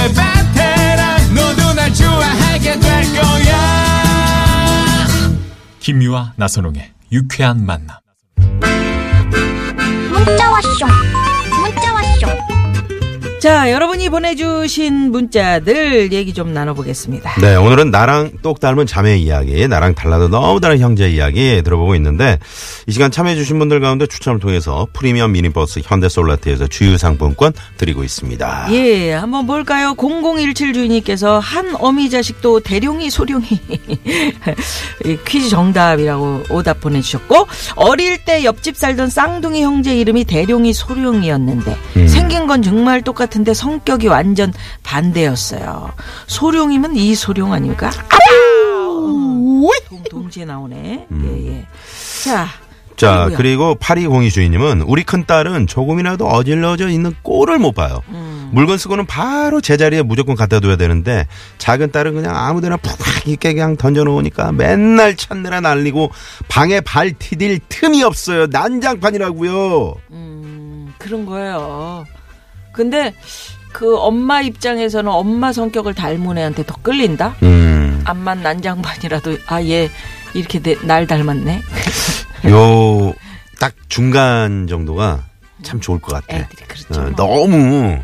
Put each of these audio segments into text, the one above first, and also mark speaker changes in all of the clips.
Speaker 1: 베테랑 너도 날 좋아하게 될 거야
Speaker 2: 김미화 나선홍의 유쾌한 만남.
Speaker 3: 문자 왔쇼 문자 왔쇼
Speaker 4: 자, 여러분이 보내주신 문자들 얘기 좀 나눠보겠습니다.
Speaker 5: 네, 오늘은 나랑 똑 닮은 자매 이야기, 나랑 달라도 너무 다른 형제 이야기 들어보고 있는데 이 시간 참여해주신 분들 가운데 추첨을 통해서 프리미엄 미니버스 현대솔라트에서 주유상품권 드리고 있습니다.
Speaker 4: 예, 한번 볼까요? 0017 주인님께서 한 어미 자식도 대룡이 소룡이 이 퀴즈 정답이라고 오답 보내주셨고 어릴 때 옆집 살던 쌍둥이 형제 이름이 대룡이 소룡이었는데 생긴 건 정말 똑같은데 성격이 완전 반대였어요. 소룡이면 이 소룡 아닙니까? 어, 동- 동시에 나오네. 예, 예. 자.
Speaker 5: 자,
Speaker 4: 아이고야.
Speaker 5: 그리고 8202 주인님은 우리 큰딸은 조금이라도 어질러져 있는 꼴을 못 봐요.
Speaker 4: 음.
Speaker 5: 물건 쓰고는 바로 제자리에 무조건 갖다 둬야 되는데 작은 딸은 그냥 아무데나 푹팍 있게 그냥 던져놓으니까 맨날 찾느라 날리고 방에 발 디딜 틈이 없어요. 난장판이라고요.
Speaker 4: 그런 거예요. 근데 그 엄마 입장에서는 엄마 성격을 닮은 애한테 더 끌린다?
Speaker 5: 음.
Speaker 4: 암만 난장반이라도 아 얘 이렇게 내, 날 닮았네. 네.
Speaker 5: 요, 딱 중간 정도가 참 좋을 것 같아.
Speaker 4: 애들이 그렇죠.
Speaker 5: 어, 너무,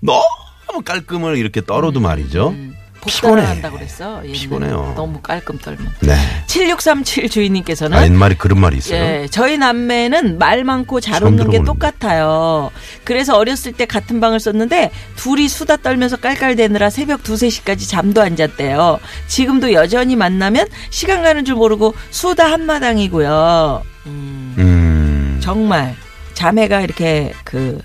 Speaker 5: 너무 깔끔을 이렇게 떨어도
Speaker 4: 음,
Speaker 5: 말이죠. 피곤해.
Speaker 4: 한다 그랬어. 얘는
Speaker 5: 피곤해요.
Speaker 4: 너무 깔끔 떨면.
Speaker 5: 네.
Speaker 4: 7637 주인님께서는
Speaker 5: 아, 옛말에 그런 말이 있어요.
Speaker 4: 네? 예, 저희 남매는 말 많고 잘
Speaker 5: 처음
Speaker 4: 웃는 게
Speaker 5: 들어보는데.
Speaker 4: 똑같아요. 그래서 어렸을 때 같은 방을 썼는데 둘이 수다 떨면서 깔깔대느라 새벽 두세시까지 잠도 안 잤대요. 지금도 여전히 만나면 시간 가는 줄 모르고 수다 한마당이고요. 음,
Speaker 5: 음,
Speaker 4: 정말 자매가 이렇게 그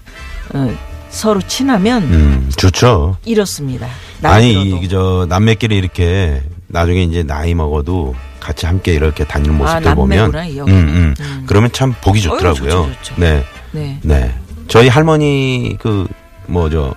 Speaker 4: 어, 서로 친하면
Speaker 5: 음, 좋죠.
Speaker 4: 이렇습니다.
Speaker 5: 아니, 이, 저, 남매끼리 이렇게 나중에 이제 나이 먹어도 같이 함께 이렇게 다니는 모습들 보면.
Speaker 4: 아, 남매구나, 이
Speaker 5: 음,
Speaker 4: 형님.
Speaker 5: 음.
Speaker 4: 음.
Speaker 5: 그러면 참 보기 좋더라고요.
Speaker 4: 좋죠, 좋죠.
Speaker 5: 네.
Speaker 4: 네.
Speaker 5: 네. 저희 할머니, 그, 뭐, 저,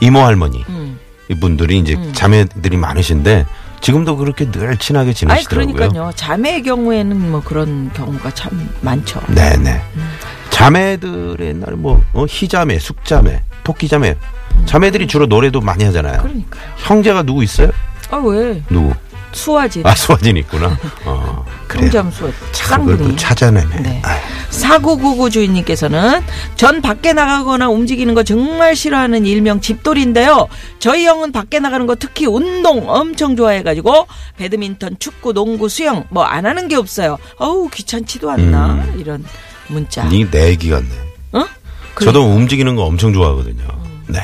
Speaker 5: 이모 할머니.
Speaker 4: 음.
Speaker 5: 이분들이 이제 자매들이 많으신데 지금도 그렇게 늘 친하게
Speaker 4: 아니
Speaker 5: 지내시더라고요.
Speaker 4: 그러니까요. 자매의 경우에는 뭐 그런 경우가 참 많죠.
Speaker 5: 네네.
Speaker 4: 음.
Speaker 5: 자매들 옛날에 뭐 어, 희자매, 숙자매, 토끼자매, 자매들이 주로 노래도 많이 하잖아요.
Speaker 4: 음. 그러니까요.
Speaker 5: 형제가 누구 있어요?
Speaker 4: 아 왜?
Speaker 5: 누구?
Speaker 4: 수화지.
Speaker 5: 아 수아진 있구나. 어, 그래.
Speaker 4: 통잠수
Speaker 5: 그걸 또
Speaker 4: 쌍둥이.
Speaker 5: 찾아내네.
Speaker 4: 네.
Speaker 5: 아유.
Speaker 4: 4999 주인님께서는 전 밖에 나가거나 움직이는 거 정말 싫어하는 일명 집돌인데요. 저희 형은 밖에 나가는 거 특히 운동 엄청 좋아해가지고 배드민턴, 축구, 농구, 수영 뭐 안 하는 게 없어요. 어우 귀찮지도 않나
Speaker 5: 음.
Speaker 4: 이런 문자.
Speaker 5: 이 내기 같네.
Speaker 4: 어? 그래. 어.
Speaker 5: 저도 움직이는 거 엄청 좋아하거든요. 네.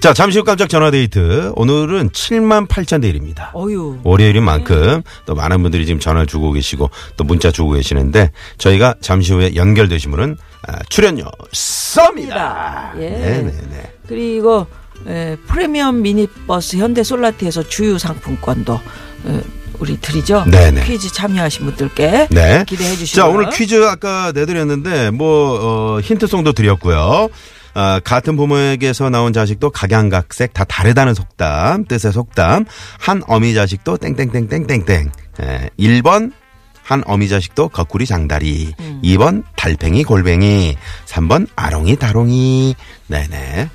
Speaker 5: 자, 잠시 후 깜짝 전화 데이트. 오늘은 7만 8천 대 1입니다.
Speaker 4: 어유.
Speaker 5: 월요일인 만큼 또 많은 분들이 지금 전화 주고 계시고 또 문자 주고 계시는데 저희가 잠시 후에 연결되신 분은 아, 출연료 쏩니다.
Speaker 4: 예.
Speaker 5: 네네네.
Speaker 4: 그리고 에, 프리미엄 미니버스 현대 솔라티에서 주유 상품권도 에, 우리 드리죠.
Speaker 5: 네네.
Speaker 4: 퀴즈 참여하신 분들께
Speaker 5: 네.
Speaker 4: 기대해 주시고요.
Speaker 5: 자, 오늘 퀴즈 아까 내드렸는데 뭐 어, 힌트송도 드렸고요. 아, 같은 부모에게서 나온 자식도 각양각색 다 다르다는 속담, 뜻의 속담. 한 어미 자식도 땡땡땡땡땡땡. 예, 1번 한 어미 자식도 거꾸리 장다리.
Speaker 4: 음.
Speaker 5: 2번 달팽이 골뱅이. 3번 아롱이 다롱이. 네네.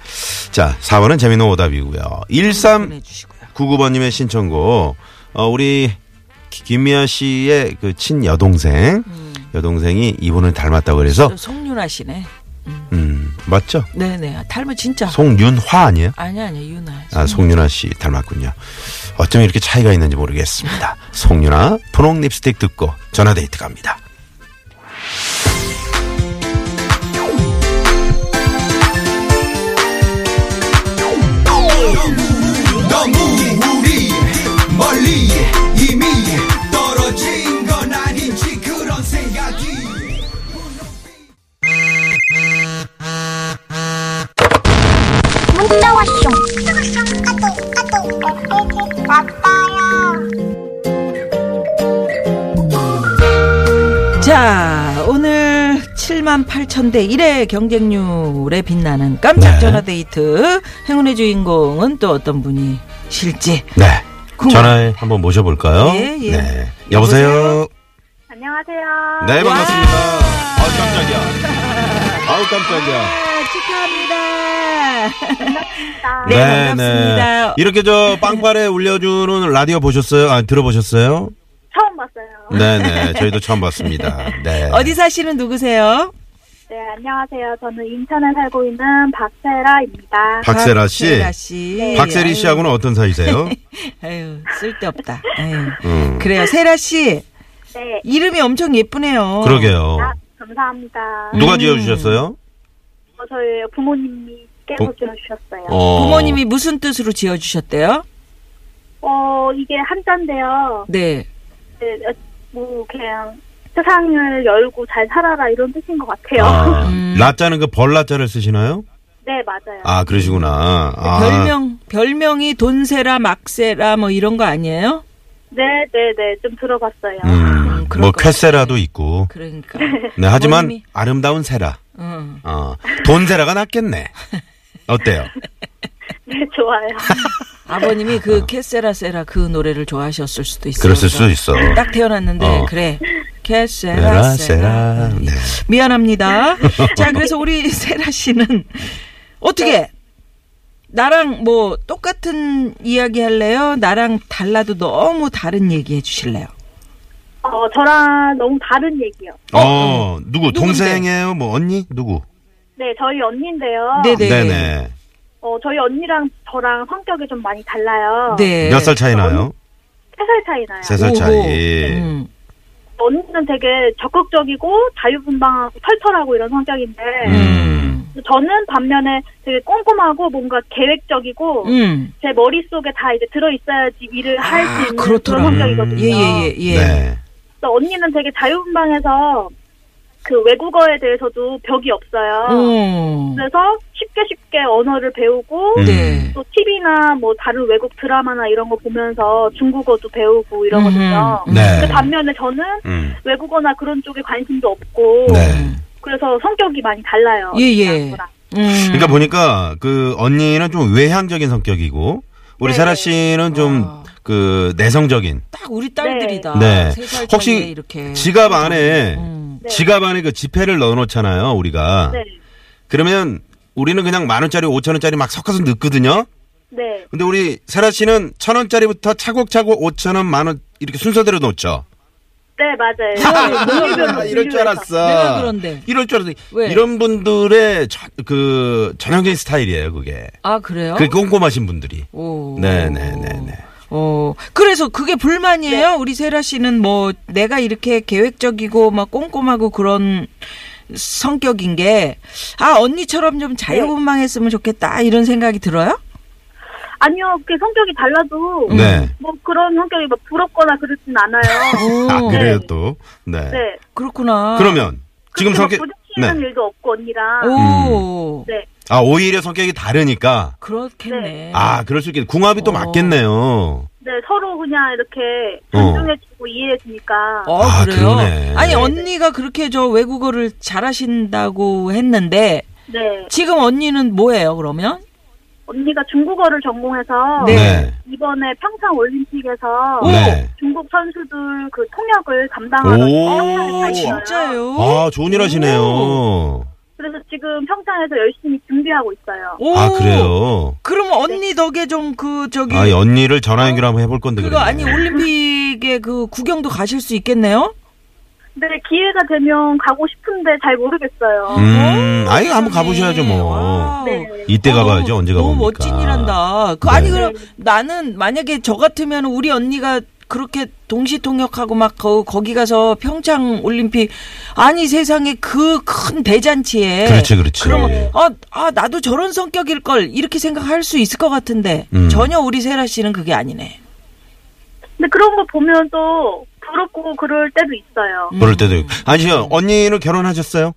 Speaker 5: 자, 4번은 재미있는 오답이고요. 13
Speaker 4: 보내주시고요.
Speaker 5: 99번님의 신청곡. 어, 우리 기- 김미아 씨의 그 친여동생. 여동생이 이분을 닮았다고 그래서,
Speaker 4: 저 송윤아 씨네.
Speaker 5: 음, 맞죠?
Speaker 4: 네네. 닮은 진짜.
Speaker 5: 송윤화 아니에요?
Speaker 4: 아니 아니 윤아.
Speaker 5: 아, 송윤아 씨 닮았군요. 어쩜 이렇게 차이가 있는지 모르겠습니다. 송윤아, 분홍 립스틱 듣고 전화데이트 갑니다.
Speaker 1: 너무 우리 멀리 이미 떨어진 건 아닌지 그런 생각이
Speaker 3: 문자 왔쇼 문자 왔쇼 까똑 까똑
Speaker 5: 네.
Speaker 4: 자, 오늘 7만 8천 대 1의 경쟁률에 빛나는 깜짝
Speaker 5: 네.
Speaker 4: 전화 데이트. 행운의 주인공은 또 어떤 분이 실지.
Speaker 5: 네.
Speaker 4: 궁금-
Speaker 5: 전화에 한번 모셔볼까요?
Speaker 4: 예, 예.
Speaker 5: 네. 여보세요?
Speaker 6: 안녕하세요.
Speaker 5: 네, 반갑습니다. 아우, 깜짝이야. 아우, 깜짝이야.
Speaker 4: 아, 축하합니다. 네, 반갑습니다.
Speaker 5: 네. 이렇게 저 빵발에 울려주는 라디오 보셨어요? 아, 들어보셨어요?
Speaker 6: 처음 봤어요.
Speaker 5: 네네. 저희도 처음 봤습니다. 네.
Speaker 4: 어디 사시는 누구세요?
Speaker 6: 네, 안녕하세요. 저는 인천에 살고 있는 박세라입니다.
Speaker 5: 박세라 씨.
Speaker 4: 박세라 씨.
Speaker 5: 박세리 씨하고는 어떤 사이세요?
Speaker 4: 아유, 쓸데없다. 아유.
Speaker 5: 음.
Speaker 4: 그래요. 세라 씨.
Speaker 6: 네.
Speaker 4: 이름이 엄청 예쁘네요.
Speaker 5: 그러게요.
Speaker 6: 아, 감사합니다.
Speaker 4: 음.
Speaker 5: 누가 지어주셨어요?
Speaker 6: 어, 저희 부모님께서
Speaker 5: 부-
Speaker 6: 지어주셨어요. 어.
Speaker 5: 어.
Speaker 4: 부모님이 무슨 뜻으로 지어주셨대요?
Speaker 6: 어, 이게 한자인데요.
Speaker 4: 네.
Speaker 6: 네, 어, 뭐, 그냥 세상을 열고 잘 살아라 이런 뜻인 것 같아요.
Speaker 5: 아,
Speaker 4: 음.
Speaker 5: 라자는 그 벌라자를 쓰시나요?
Speaker 6: 네, 맞아요.
Speaker 5: 아, 그러시구나. 아.
Speaker 4: 별명, 별명이 돈세라, 막세라 뭐 이런 거 아니에요?
Speaker 6: 네, 네, 네. 좀 들어봤어요.
Speaker 5: 음,
Speaker 4: 음, 그럴
Speaker 5: 뭐
Speaker 4: 것 같아요.
Speaker 5: 쾌세라도 있고.
Speaker 4: 그러니까.
Speaker 5: 네, 하지만
Speaker 4: 부모님이-
Speaker 5: 아름다운 세라.
Speaker 4: 응.
Speaker 5: 어, 돈세라가 낫겠네. 어때요?
Speaker 6: 네, 좋아요.
Speaker 4: 아버님이 그 캐세라세라 그 노래를 좋아하셨을 수도 있어요.
Speaker 5: 어. 그랬을 수도 있어.
Speaker 4: 딱 태어났는데
Speaker 5: 어.
Speaker 4: 그래. 네,
Speaker 5: 세라,
Speaker 4: 캐세라세라.
Speaker 5: 세라. 네.
Speaker 4: 미안합니다. 자, 그래서 우리 세라 씨는 어떻게 나랑 뭐 똑같은 이야기 할래요? 나랑 달라도 너무 다른 얘기 해 주실래요?
Speaker 6: 어, 저랑 너무 다른 얘기요.
Speaker 5: 어, 누구?
Speaker 4: 누군데?
Speaker 5: 동생이에요? 뭐 언니? 누구?
Speaker 6: 네, 저희 언니인데요.
Speaker 4: 네네. 네.
Speaker 5: 네
Speaker 6: 어, 저희 언니랑 저랑 성격이 좀 많이 달라요.
Speaker 4: 네.
Speaker 5: 몇 살 차이 나요?
Speaker 6: 3살 차이 나요.
Speaker 5: 세 살
Speaker 4: 오고.
Speaker 5: 차이.
Speaker 4: 음.
Speaker 6: 언니는 되게 적극적이고 자유분방하고 털털하고 이런 성격인데
Speaker 4: 네.
Speaker 5: 음.
Speaker 6: 저는 반면에 되게 꼼꼼하고 뭔가 계획적이고
Speaker 4: 음.
Speaker 6: 제 머릿속에 다 이제 들어있어야지 일을 할 수
Speaker 4: 아,
Speaker 6: 있는
Speaker 4: 그렇더라.
Speaker 6: 그런 성격이거든요.
Speaker 4: 예, 예, 예. 예.
Speaker 5: 음. 네.
Speaker 6: 그래서 언니는 되게 자유분방해서 그 외국어에 대해서도 벽이 없어요.
Speaker 4: 어.
Speaker 6: 그래서 쉽게 쉽게 언어를 배우고
Speaker 5: 음.
Speaker 4: 네.
Speaker 6: 또 TV나 뭐 다른 외국 드라마나 이런 거 보면서 중국어도 배우고 이러거든요.
Speaker 4: 음.
Speaker 5: 네.
Speaker 6: 근데 반면에 저는
Speaker 5: 음.
Speaker 6: 외국어나 그런 쪽에 관심도 없고
Speaker 4: 음.
Speaker 5: 네.
Speaker 6: 그래서 성격이 많이 달라요.
Speaker 4: 예, 예.
Speaker 6: 저랑.
Speaker 4: 음.
Speaker 5: 그러니까 보니까 그 언니는 좀 외향적인 성격이고 우리
Speaker 6: 네.
Speaker 5: 세라 씨는 좀 그 내성적인
Speaker 4: 딱 우리 딸들이다.
Speaker 5: 네.
Speaker 4: 아. 세살
Speaker 5: 혹시
Speaker 4: 차이에 이렇게
Speaker 5: 지갑 안에
Speaker 4: 음.
Speaker 6: 네.
Speaker 5: 지갑 안에 그 지폐를 넣어 놓잖아요, 우리가.
Speaker 6: 네.
Speaker 5: 그러면 우리는 그냥 만 원짜리, 오천 원짜리 막 섞어서 넣거든요.
Speaker 6: 네.
Speaker 5: 근데 우리 세라 씨는 천 원짜리부터 차곡차곡 오천 원, 만 원 이렇게 순서대로 놓죠.
Speaker 6: 네, 맞아요.
Speaker 5: 아, 이럴 줄 알았어.
Speaker 4: 내가 그런데.
Speaker 5: 이럴 줄 알았어.
Speaker 4: 왜?
Speaker 5: 이런 분들의 저- 그 전형적인 스타일이에요, 그게.
Speaker 4: 아 그래요?
Speaker 5: 그 꼼꼼하신 분들이.
Speaker 4: 오.
Speaker 5: 네, 네, 네, 네.
Speaker 4: 어 그래서 그게 불만이에요. 우리 세라 씨는 뭐 내가 이렇게 계획적이고 막 꼼꼼하고 그런 성격인 게 아 언니처럼 좀 자유분방했으면 좋겠다 이런 생각이 들어요?
Speaker 6: 아니요, 그 성격이 달라도
Speaker 5: 네.
Speaker 6: 뭐 그런 성격이 막 부럽거나 그러진 않아요.
Speaker 4: 오,
Speaker 5: 아, 그래요
Speaker 6: 네.
Speaker 5: 또. 네.
Speaker 6: 네.
Speaker 4: 그렇구나.
Speaker 5: 그러면 지금
Speaker 6: 그렇게
Speaker 5: 성격 네.
Speaker 6: 막 부딪히는 일도 없고 언니랑
Speaker 4: 오
Speaker 6: 네.
Speaker 5: 아, 오히려 성격이 다르니까
Speaker 4: 그렇겠네.
Speaker 5: 아, 그럴 수 있겠네. 궁합이 또
Speaker 4: 어.
Speaker 5: 맞겠네요.
Speaker 6: 네, 서로 그냥 이렇게
Speaker 5: 어.
Speaker 6: 존중해주고 이해해주니까
Speaker 4: 어,
Speaker 5: 아,
Speaker 4: 그래요?
Speaker 5: 그러네.
Speaker 4: 아니, 언니가 그렇게 저 외국어를 잘하신다고 했는데,
Speaker 6: 네
Speaker 4: 지금 언니는 뭐예요, 그러면?
Speaker 6: 언니가 중국어를 전공해서
Speaker 4: 네.
Speaker 6: 이번에 평창 올림픽에서
Speaker 4: 오.
Speaker 5: 네.
Speaker 6: 중국 선수들 그 통역을 담당하는
Speaker 5: 오.
Speaker 6: 아,
Speaker 4: 진짜요?
Speaker 5: 아, 좋은 일 하시네요.
Speaker 6: 그래서 지금 평창에서 열심히 준비하고 있어요.
Speaker 4: 오.
Speaker 5: 아, 그래요.
Speaker 4: 그럼 언니 덕에 좀 그, 저기,
Speaker 5: 아, 이 언니를 전화 연결 한번 해볼 건데.
Speaker 4: 그거
Speaker 5: 그랬네.
Speaker 4: 아니, 올림픽에 그 구경도 가실 수 있겠네요?
Speaker 6: 근데 기회가 되면 가고 싶은데 잘 모르겠어요.
Speaker 5: 음, 아이 한번 가보셔야죠 뭐.
Speaker 4: 와우.
Speaker 6: 네.
Speaker 5: 이때
Speaker 4: 어,
Speaker 5: 가봐야죠. 언제 가봅니까?
Speaker 4: 너무 멋진 일한다. 그 아니
Speaker 5: 네.
Speaker 4: 그럼 나는 만약에 저 같으면 우리 언니가 그렇게 동시통역하고 막 거, 거기 가서 평창 올림픽 아니 세상에 그 큰 대잔치에
Speaker 5: 그렇지, 그렇지.
Speaker 4: 예. 그러면
Speaker 5: 음.
Speaker 4: 아, 아 나도 저런 성격일 걸 이렇게 생각할 수 있을 것 같은데
Speaker 5: 음.
Speaker 4: 전혀 우리 세라 씨는 그게 아니네.
Speaker 6: 근데 그런 거 보면 또 부럽고 그럴 때도 있어요.
Speaker 5: 그럴 때도 있고. 아니요, 언니는 결혼하셨어요?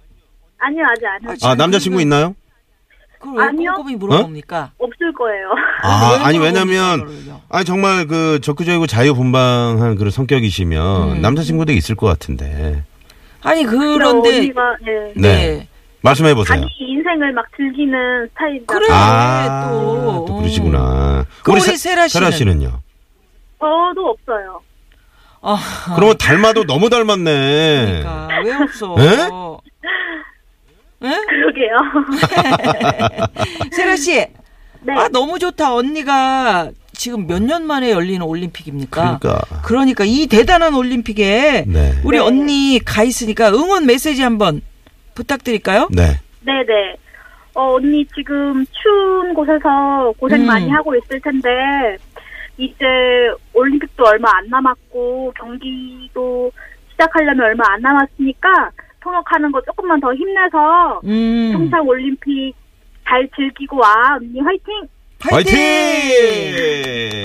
Speaker 6: 아니요, 아직 안
Speaker 4: 아,
Speaker 6: 해요.
Speaker 4: 지금
Speaker 5: 아, 남자친구
Speaker 4: 그거-
Speaker 5: 있나요?
Speaker 4: 그걸 왜
Speaker 6: 아니요.
Speaker 4: 꼼꼼히 물어봅니까?
Speaker 6: 없을 거예요.
Speaker 5: 아,
Speaker 4: 왜
Speaker 5: 아니
Speaker 4: 물어봅니까,
Speaker 5: 왜냐면
Speaker 4: 이거를요?
Speaker 5: 아니 정말 그 적극적이고 자유분방한 그런 성격이시면
Speaker 4: 음.
Speaker 5: 남자친구도 있을 것 같은데.
Speaker 4: 아니
Speaker 6: 그냥
Speaker 4: 그런데
Speaker 6: 언니가 예.
Speaker 5: 네. 말씀해 보세요.
Speaker 6: 자기 인생을 막 즐기는 스타일이다.
Speaker 4: 그래.
Speaker 5: 아,
Speaker 4: 또.
Speaker 5: 또. 그러시구나.
Speaker 4: 그럼 우리 세라 씨는?
Speaker 5: 세라 씨는요?
Speaker 6: 저도 없어요.
Speaker 4: 아,
Speaker 5: 그러면 닮아도 너무 닮았네.
Speaker 4: 그러니까 왜 없어?
Speaker 5: 네?
Speaker 4: 에?
Speaker 6: 그러게요.
Speaker 4: 세라 씨,
Speaker 6: 네.
Speaker 4: 아 너무 좋다. 언니가 지금 몇 년 만에 열리는 올림픽입니까?
Speaker 5: 그러니까.
Speaker 4: 그러니까 이 대단한 올림픽에
Speaker 5: 네.
Speaker 4: 우리
Speaker 6: 네.
Speaker 4: 언니 가 있으니까 응원 메시지 한번 부탁드릴까요?
Speaker 5: 네.
Speaker 6: 네네. 어, 언니 지금 추운 곳에서 고생
Speaker 4: 음.
Speaker 6: 많이 하고 있을 텐데, 이제 올림픽도 얼마 안 남았고, 경기도 시작하려면 얼마 안 남았으니까, 통역하는 거 조금만 더 힘내서,
Speaker 5: 네.
Speaker 4: 음.
Speaker 6: 평창 올림픽 잘 즐기고 와. 언니 화이팅!
Speaker 5: 화이팅!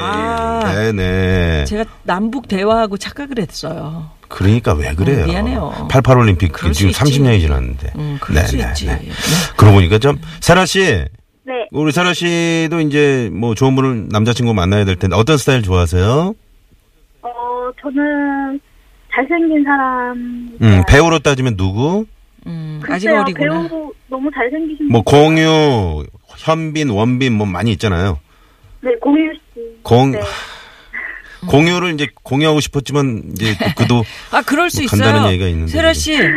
Speaker 4: 아.
Speaker 5: 네네.
Speaker 4: 제가 남북 대화하고 착각을 했어요.
Speaker 5: 그러니까 왜 그래요?
Speaker 4: 어, 미안해요.
Speaker 5: 88 올림픽
Speaker 4: 그럴 수
Speaker 5: 지금
Speaker 4: 있지.
Speaker 5: 30년이 지났는데.
Speaker 4: 음, 그럴
Speaker 5: 네,
Speaker 4: 수 있지.
Speaker 5: 그러고 보니까 좀 세라 씨,
Speaker 6: 네.
Speaker 5: 우리 세라 씨도 이제 뭐 좋은 분을 남자친구 만나야 될 텐데 어떤 스타일 좋아하세요?
Speaker 6: 어, 저는 잘생긴 사람. 네.
Speaker 4: 네.
Speaker 5: 음, 배우로 따지면 누구?
Speaker 4: 음, 아직
Speaker 6: 글쎄요,
Speaker 4: 어리구나.
Speaker 6: 배우 너무 잘생기신
Speaker 5: 뭐
Speaker 6: 분.
Speaker 5: 공유, 현빈, 원빈 뭐 많이 있잖아요.
Speaker 6: 네, 공유 씨.
Speaker 5: 공
Speaker 6: 네.
Speaker 5: 공유를 이제 공유하고 싶었지만 이제 그- 그도
Speaker 4: 아 그럴 수
Speaker 5: 뭐
Speaker 4: 있어요.
Speaker 5: 간다는 얘기가 있는데
Speaker 4: 세라 씨,
Speaker 6: 네.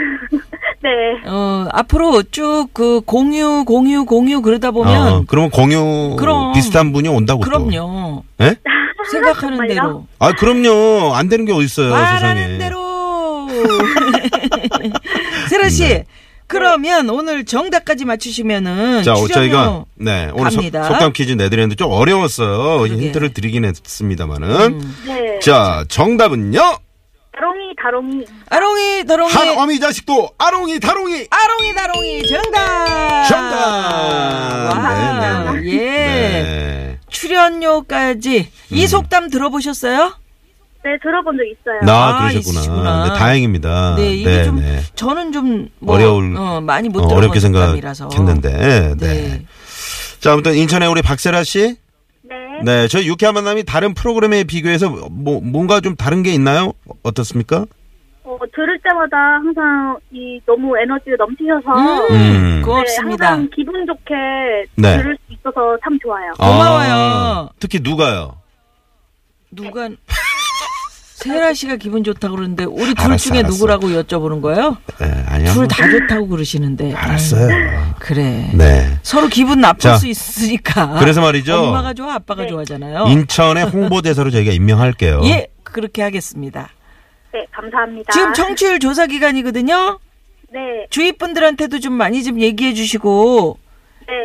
Speaker 4: 어 앞으로 쭉 그 공유 공유 공유 그러다 보면
Speaker 5: 어, 그러면 공유
Speaker 4: 그럼.
Speaker 5: 비슷한 분이 온다고 또.
Speaker 4: 그럼요.
Speaker 5: 예?
Speaker 4: 생각하는
Speaker 6: 정말요?
Speaker 4: 대로
Speaker 5: 아 그럼요. 안 되는 게 어디 있어요 세상에.
Speaker 4: 말하는 대로. 세라 씨,
Speaker 5: 네.
Speaker 4: 그러면 오늘 정답까지 맞추시면은
Speaker 5: 자, 어,
Speaker 4: 출연료
Speaker 5: 저희가 네 오늘 속,
Speaker 4: 갑니다.
Speaker 5: 속담 퀴즈 내드렸는데 좀 어려웠어요.
Speaker 4: 그러게. 음.
Speaker 5: 힌트를 드리긴 했습니다만은
Speaker 6: 네.
Speaker 5: 자 정답은요
Speaker 6: 다롱이, 다롱이.
Speaker 4: 아롱이 다롱이
Speaker 5: 한 어미 자식도 아롱이 다롱이
Speaker 4: 네. 아롱이 다롱이 정답.
Speaker 5: 정답.
Speaker 4: 와,
Speaker 5: 네, 음. 네.
Speaker 4: 예.
Speaker 5: 네.
Speaker 4: 출연료까지 이 속담 들어보셨어요?
Speaker 6: 네, 들어본 적 있어요.
Speaker 5: 나
Speaker 4: 아,
Speaker 5: 그러셨구나.
Speaker 4: 있으시구나.
Speaker 5: 네, 다행입니다.
Speaker 4: 네, 이게
Speaker 5: 네,
Speaker 4: 좀
Speaker 5: 네.
Speaker 4: 저는 좀 뭐,
Speaker 5: 어려울
Speaker 4: 어, 많이 못
Speaker 5: 어,
Speaker 4: 들어본
Speaker 5: 어렵게
Speaker 4: 속담이라서.
Speaker 5: 생각했는데. 네.
Speaker 4: 네.
Speaker 5: 자, 아무튼 인천의 우리 박세라 씨.
Speaker 6: 네.
Speaker 5: 네, 저희 유쾌한 만남이 다른 프로그램에 비교해서 뭐 뭔가 좀 다른 게 있나요? 어떻습니까?
Speaker 6: 어, 들을 때마다 항상 이 너무 에너지가 넘치셔서 네,
Speaker 4: 음,
Speaker 5: 음.
Speaker 4: 고맙습니다.
Speaker 6: 항상 기분 좋게
Speaker 5: 네.
Speaker 6: 들을 수 있어서 참 좋아요.
Speaker 4: 고마워요.
Speaker 5: 아, 특히 누가요?
Speaker 4: 누가 세라 씨가 기분 좋다 고 그러는데 우리 둘
Speaker 5: 알았어,
Speaker 4: 중에
Speaker 5: 알았어.
Speaker 4: 누구라고 여쭤보는 거예요?
Speaker 5: 네, 아니요.
Speaker 4: 둘 다 좋다고 그러시는데.
Speaker 5: 알았어요.
Speaker 4: 아유, 그래.
Speaker 5: 네.
Speaker 4: 서로 기분 나쁠
Speaker 5: 자,
Speaker 4: 수 있으니까.
Speaker 5: 그래서 말이죠.
Speaker 4: 아, 엄마가 좋아, 아빠가 좋아하잖아요.
Speaker 5: 인천의 홍보대사로 저희가 임명할게요.
Speaker 4: 예, 그렇게 하겠습니다.
Speaker 6: 네, 감사합니다.
Speaker 4: 지금 청취율 조사 기간이거든요.
Speaker 6: 네,
Speaker 4: 주위 분들한테도 좀 많이 좀 얘기해 주시고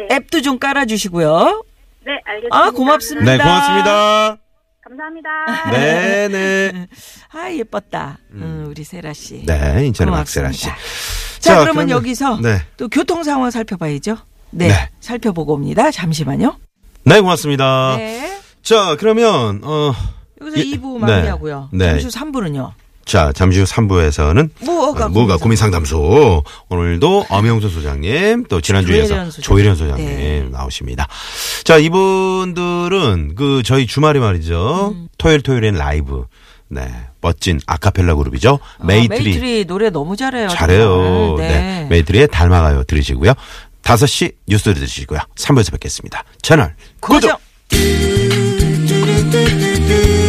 Speaker 6: 네,
Speaker 4: 앱도 좀 깔아 주시고요.
Speaker 6: 네, 알겠습니다.
Speaker 4: 아, 고맙습니다.
Speaker 5: 네, 고맙습니다.
Speaker 6: 감사합니다.
Speaker 5: 네, 네.
Speaker 4: 아, 예뻤다. 음, 우리 세라 씨.
Speaker 5: 네, 인천의
Speaker 4: 고맙습니다.
Speaker 5: 박세라 씨.
Speaker 4: 자,
Speaker 5: 자,
Speaker 4: 그러면
Speaker 5: 그러면-
Speaker 4: 여기서
Speaker 5: 네.
Speaker 4: 또 교통 상황 살펴봐야죠. 네,
Speaker 5: 네.
Speaker 4: 살펴보고 옵니다. 잠시만요.
Speaker 5: 네, 고맙습니다.
Speaker 4: 네.
Speaker 5: 자, 그러면 어,
Speaker 4: 여기서
Speaker 5: 예,
Speaker 4: 2부
Speaker 5: 네.
Speaker 4: 마무리하고요.
Speaker 5: 네.
Speaker 4: 잠시 후 3부는요.
Speaker 5: 자, 잠시 후 3부에서는
Speaker 4: 무허가
Speaker 5: 무가 어, 고민 상담소 오늘도 엄영수 소장님 또
Speaker 4: 조혜련
Speaker 5: 지난주에서
Speaker 4: 소장님.
Speaker 5: 조일현 소장님
Speaker 4: 네.
Speaker 5: 나오십니다. 자, 이분들은 그 저희 주말에 말이죠. 토요일 토요일엔 라이브. 네. 멋진 아카펠라 그룹이죠. 메이트리.
Speaker 4: 노래 너무 잘해요.
Speaker 5: 잘해요.
Speaker 4: 정말.
Speaker 5: 네.
Speaker 4: 네.
Speaker 5: 메이트리의 닮아가요 들으시고요. 5시 뉴스 들으시고요. 3부에서 뵙겠습니다. 채널
Speaker 4: 고정.
Speaker 5: 고정.